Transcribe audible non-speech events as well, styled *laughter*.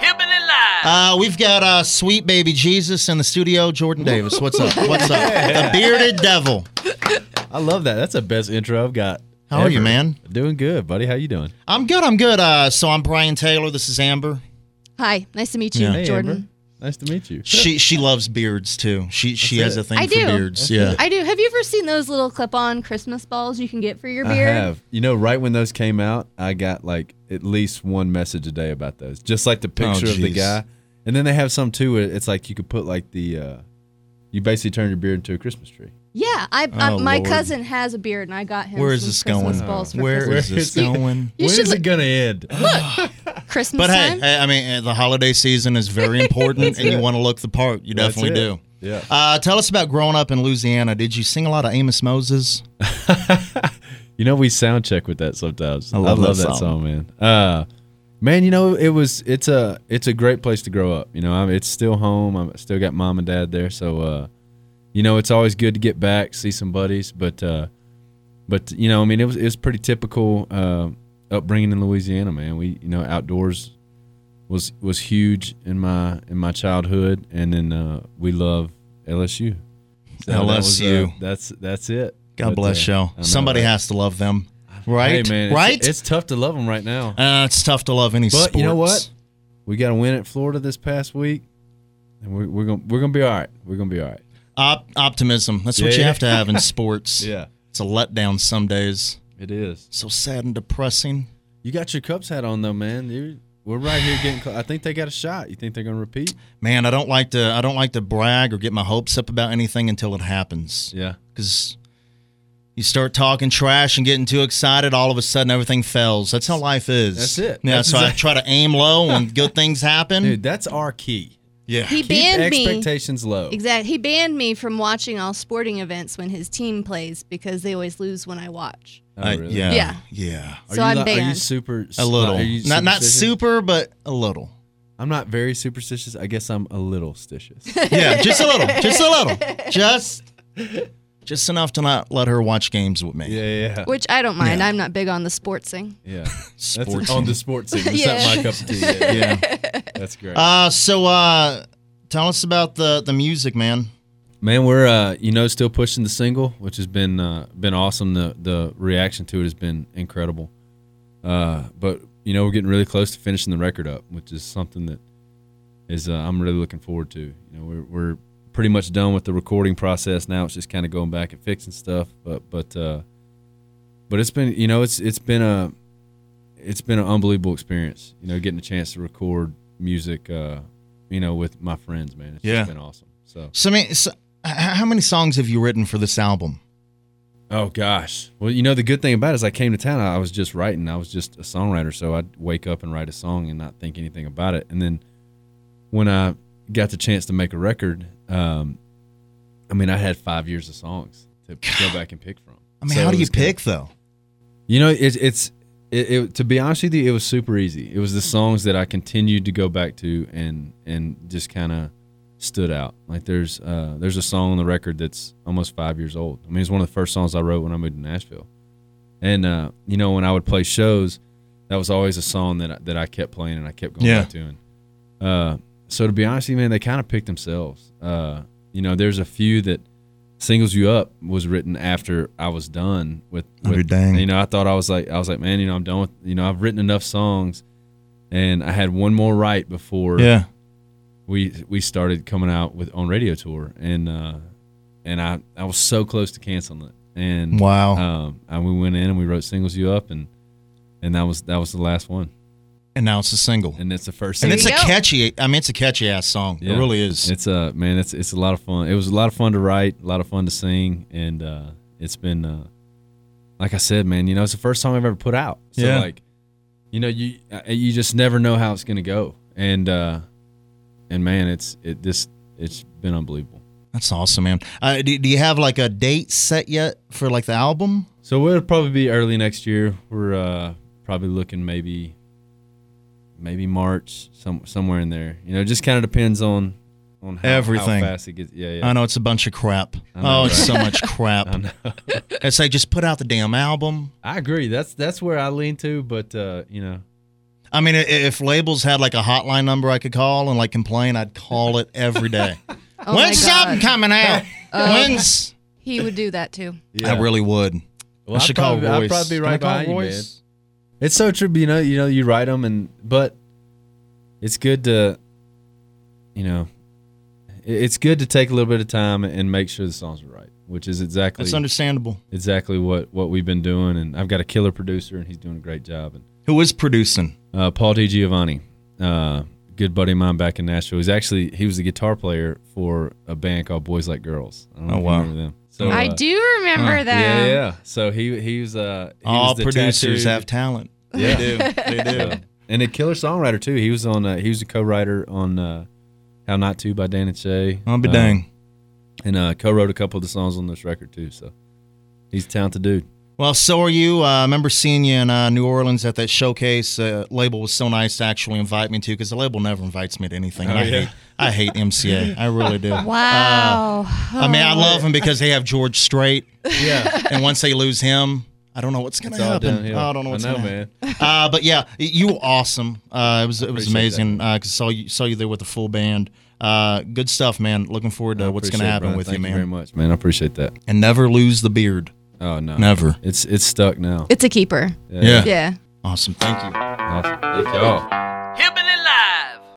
Happening live. Uh, we've got uh, sweet baby Jesus in the studio. Jordan Davis, what's up? What's up? The bearded devil. I love that. That's the best intro I've got. How are you, man? Doing good, buddy. How you doing? I'm good. I'm good. Uh, so I'm Brian Taylor. This is Amber. Hi, nice to meet you, Hey, Jordan. Amber. Nice to meet you. She she loves beards too. She she has That's it. a thing I for do. beards. Yeah. I do. Have you ever seen those little clip-on Christmas balls you can get for your I beard? have. You know, right when those came out, I got like at least one message a day about those. Just like the picture of the Oh, jeez. guy. And then they have some too. where It's like you could put like the, uh, you basically turn your beard into a Christmas tree. Yeah, I, I- Oh, my Lord. cousin has a beard, and I got him. Where is some this Christmas going? Balls for Where Christmas. is this Christmas. going? *laughs* You should look- gonna end? Christmas But hey, time. I I mean, uh, the holiday season is very important, and you want to look the part. You That's definitely it. do. Yeah. Uh, tell us about growing up in Louisiana. Did you sing a lot of Amos Moses? You know, we sound check with that sometimes. I love love, that that, song. song. man. Uh, man, you know, it was it's a it's a great place to grow up. You know, I'm, it's still home. I'm still got mom and dad there, so uh, you know, it's always good to get back, see some buddies. But uh, but you know, I mean, it was it was pretty typical uh, upbringing in Louisiana, man. We you know outdoors was was huge in my in my childhood, and then uh, we love LSU. So that was, uh, LSU. that's that's it. God But, bless uh, y'all. I know, Somebody right? has to love them, right? Hey man, it's- right? It's, tough to love them right now. uh, it's tough to love any But sports. you know what? We got a win at Florida this past week, and we're, we're gonna we're gonna be all right. We're gonna be all right. Op- optimism. That's what Yeah, you yeah. have to *laughs* have in sports. Yeah. It's a letdown some days. It is. So sad and depressing. You got your Cubs hat on though, man. You're, we're right here getting. Close. I think they got a shot. You think they're gonna repeat? Man, I don't like to I don't like to brag or get my hopes up about anything until it happens. Yeah. Cuz you start talking trash and getting too excited, all of a sudden everything fails. That's how life is. That's it. Yeah, That's so I exact- try to aim low *laughs* when good things happen. Dude, that's our key. yeah. he Keep banned me. expectations low. Exactly. He banned me from watching all sporting events when his team plays because they always lose when I watch. I- Oh, really? yeah. Yeah. Yeah. Are so you I'm like- Are you banned. super? A little. are you not not superstitious? super, but a little. I'm not very superstitious. I guess I'm a little stitious. Yeah, just a little. Just a little. Just just enough to not let her watch games with me. *laughs* yeah, which I don't mind. Yeah. I'm not big on the sports thing. yeah. That's Oh, Sports. on the sports scene. It's Yeah. not my cup of tea. Yeah, yeah. yeah. that's great. Uh, so uh, tell us about the the music, man. Man, we're uh, you know still pushing the single, which has been uh, been awesome. The the reaction to it has been incredible. Uh, but you know we're getting really close to finishing the record up, which is something that is uh, I'm really looking forward to. You know we're we're pretty much done with the recording process now. It's just kind of going back and fixing stuff. But but uh, but it's been you know it's it's been a it's been an unbelievable experience. You know getting a chance to record music, uh, you know with my friends, man. It's Yeah. just been awesome. So. So, I mean, so, h- how many songs have you written for this album? Oh gosh. Well, you know the good thing about it is I came to town. I was just writing. I was just a songwriter, so I'd wake up and write a song and not think anything about it. And then when I got the chance to make a record, um, I mean, I had five years of songs to go back and pick from. I mean, So how it do you was kinda- pick though? you know, it's it's it, it, to be honest with you, it was super easy. It was the songs that I continued to go back to and and just kind of stood out. Like there's uh, there's a song on the record that's almost five years old. I mean, it's one of the first songs I wrote when I moved to Nashville. And uh, you know, when I would play shows, that was always a song that I, that I kept playing and I kept going Yeah. back to. And uh, so to be honest, with you, man, they kind of picked themselves. Uh, you know, there's a few that singles you up was written after I was done with. Oh, with- you're dang. You know, I thought I was like, I was like, man, you know, I'm done with. You know, I've written enough songs, and I had one more right before we we started coming out with on radio tour, and uh, and I I was so close to canceling it, and Wow. um, and we went in and we wrote singles you up, and and that was that was the last one, and now it's a single, and it's the first. and single. it's a There you go. catchy. I mean, it's a catchy ass song. It Yeah. really is. It's uh, man, it's it's a lot of fun. It was a lot of fun to write, a lot of fun to sing, and uh, it's been uh, like I said, man. You know, it's the first time I've ever put out. So Yeah. like, you know, you uh, you just never know how it's gonna go, and uh, and man, it's it this it's been unbelievable. That's awesome, man. Uh, do, do you have like a date set yet for like the album? So it'll probably be early next year. We're uh, probably looking maybe maybe March, some somewhere in there. You know, just kind of depends on on how, how Everything. fast it gets. Yeah, yeah. I know it's a bunch of crap. I know, oh, it's right? so much *laughs* crap. it's like just put out the damn album. I agree. That's that's where I lean to, but uh, you know, I mean, i- if labels had like a hotline number I could call and like complain, I'd call it every day. *laughs* Oh my Uh, When's something God. coming *laughs* out? When's? He would do that too. I really would. Well, I should I'd call probably- I'd Royce. probably be Can right I call behind you, Royce? man. It's so true. but You know, you know, you write them, and but it's good to, you know, i- it's good to take a little bit of time and make sure the songs are right, which is exactly That's understandable. exactly what what we've been doing. And I've got a killer producer, and he's doing a great job. And Who is producing? uh, Paul D. Giovanni, uh, good buddy of mine back in Nashville. He's actually he was the guitar player for a band called Boys Like Girls. I don't know Oh, if you wow. remember them. So I uh, do remember uh, that. Yeah, yeah. So he he was uh he All was the producers tattooed- have talent. Yeah. They do. They do. So- *laughs* and a killer songwriter too. He was on. Uh, he was a co-writer on uh, "How Not to" by Dan and Shay. I'll be Uh, dang. and uh, co-wrote a couple of the songs on this record too. So he's a talented dude. Well, so are you. Uh, I remember seeing you in uh, New Orleans at that showcase. Uh, label was so nice to actually invite me to because the label never invites me to anything. and Oh, I, yeah. hate, I hate MCA. I really do. Wow. I mean, I love them because they have George Strait, Yeah, and once they lose him, I don't know what's going it's to all happen. downhill. I don't know what's I know, going to happen. man. Uh, but yeah, y- you were awesome. Uh, it was it was appreciate amazing. Uh, 'cause I saw you saw you there with the full band. Uh, good stuff, man. Looking forward to Uh, what's going to Appreciate it, happen brother. with Thank you, man. Very much, man. I appreciate that. and never lose the beard. Oh no, Never. It's it's stuck now. *laughs* It's a keeper. Yeah. Yeah. Awesome. Thank you. Awesome. Thank y'all.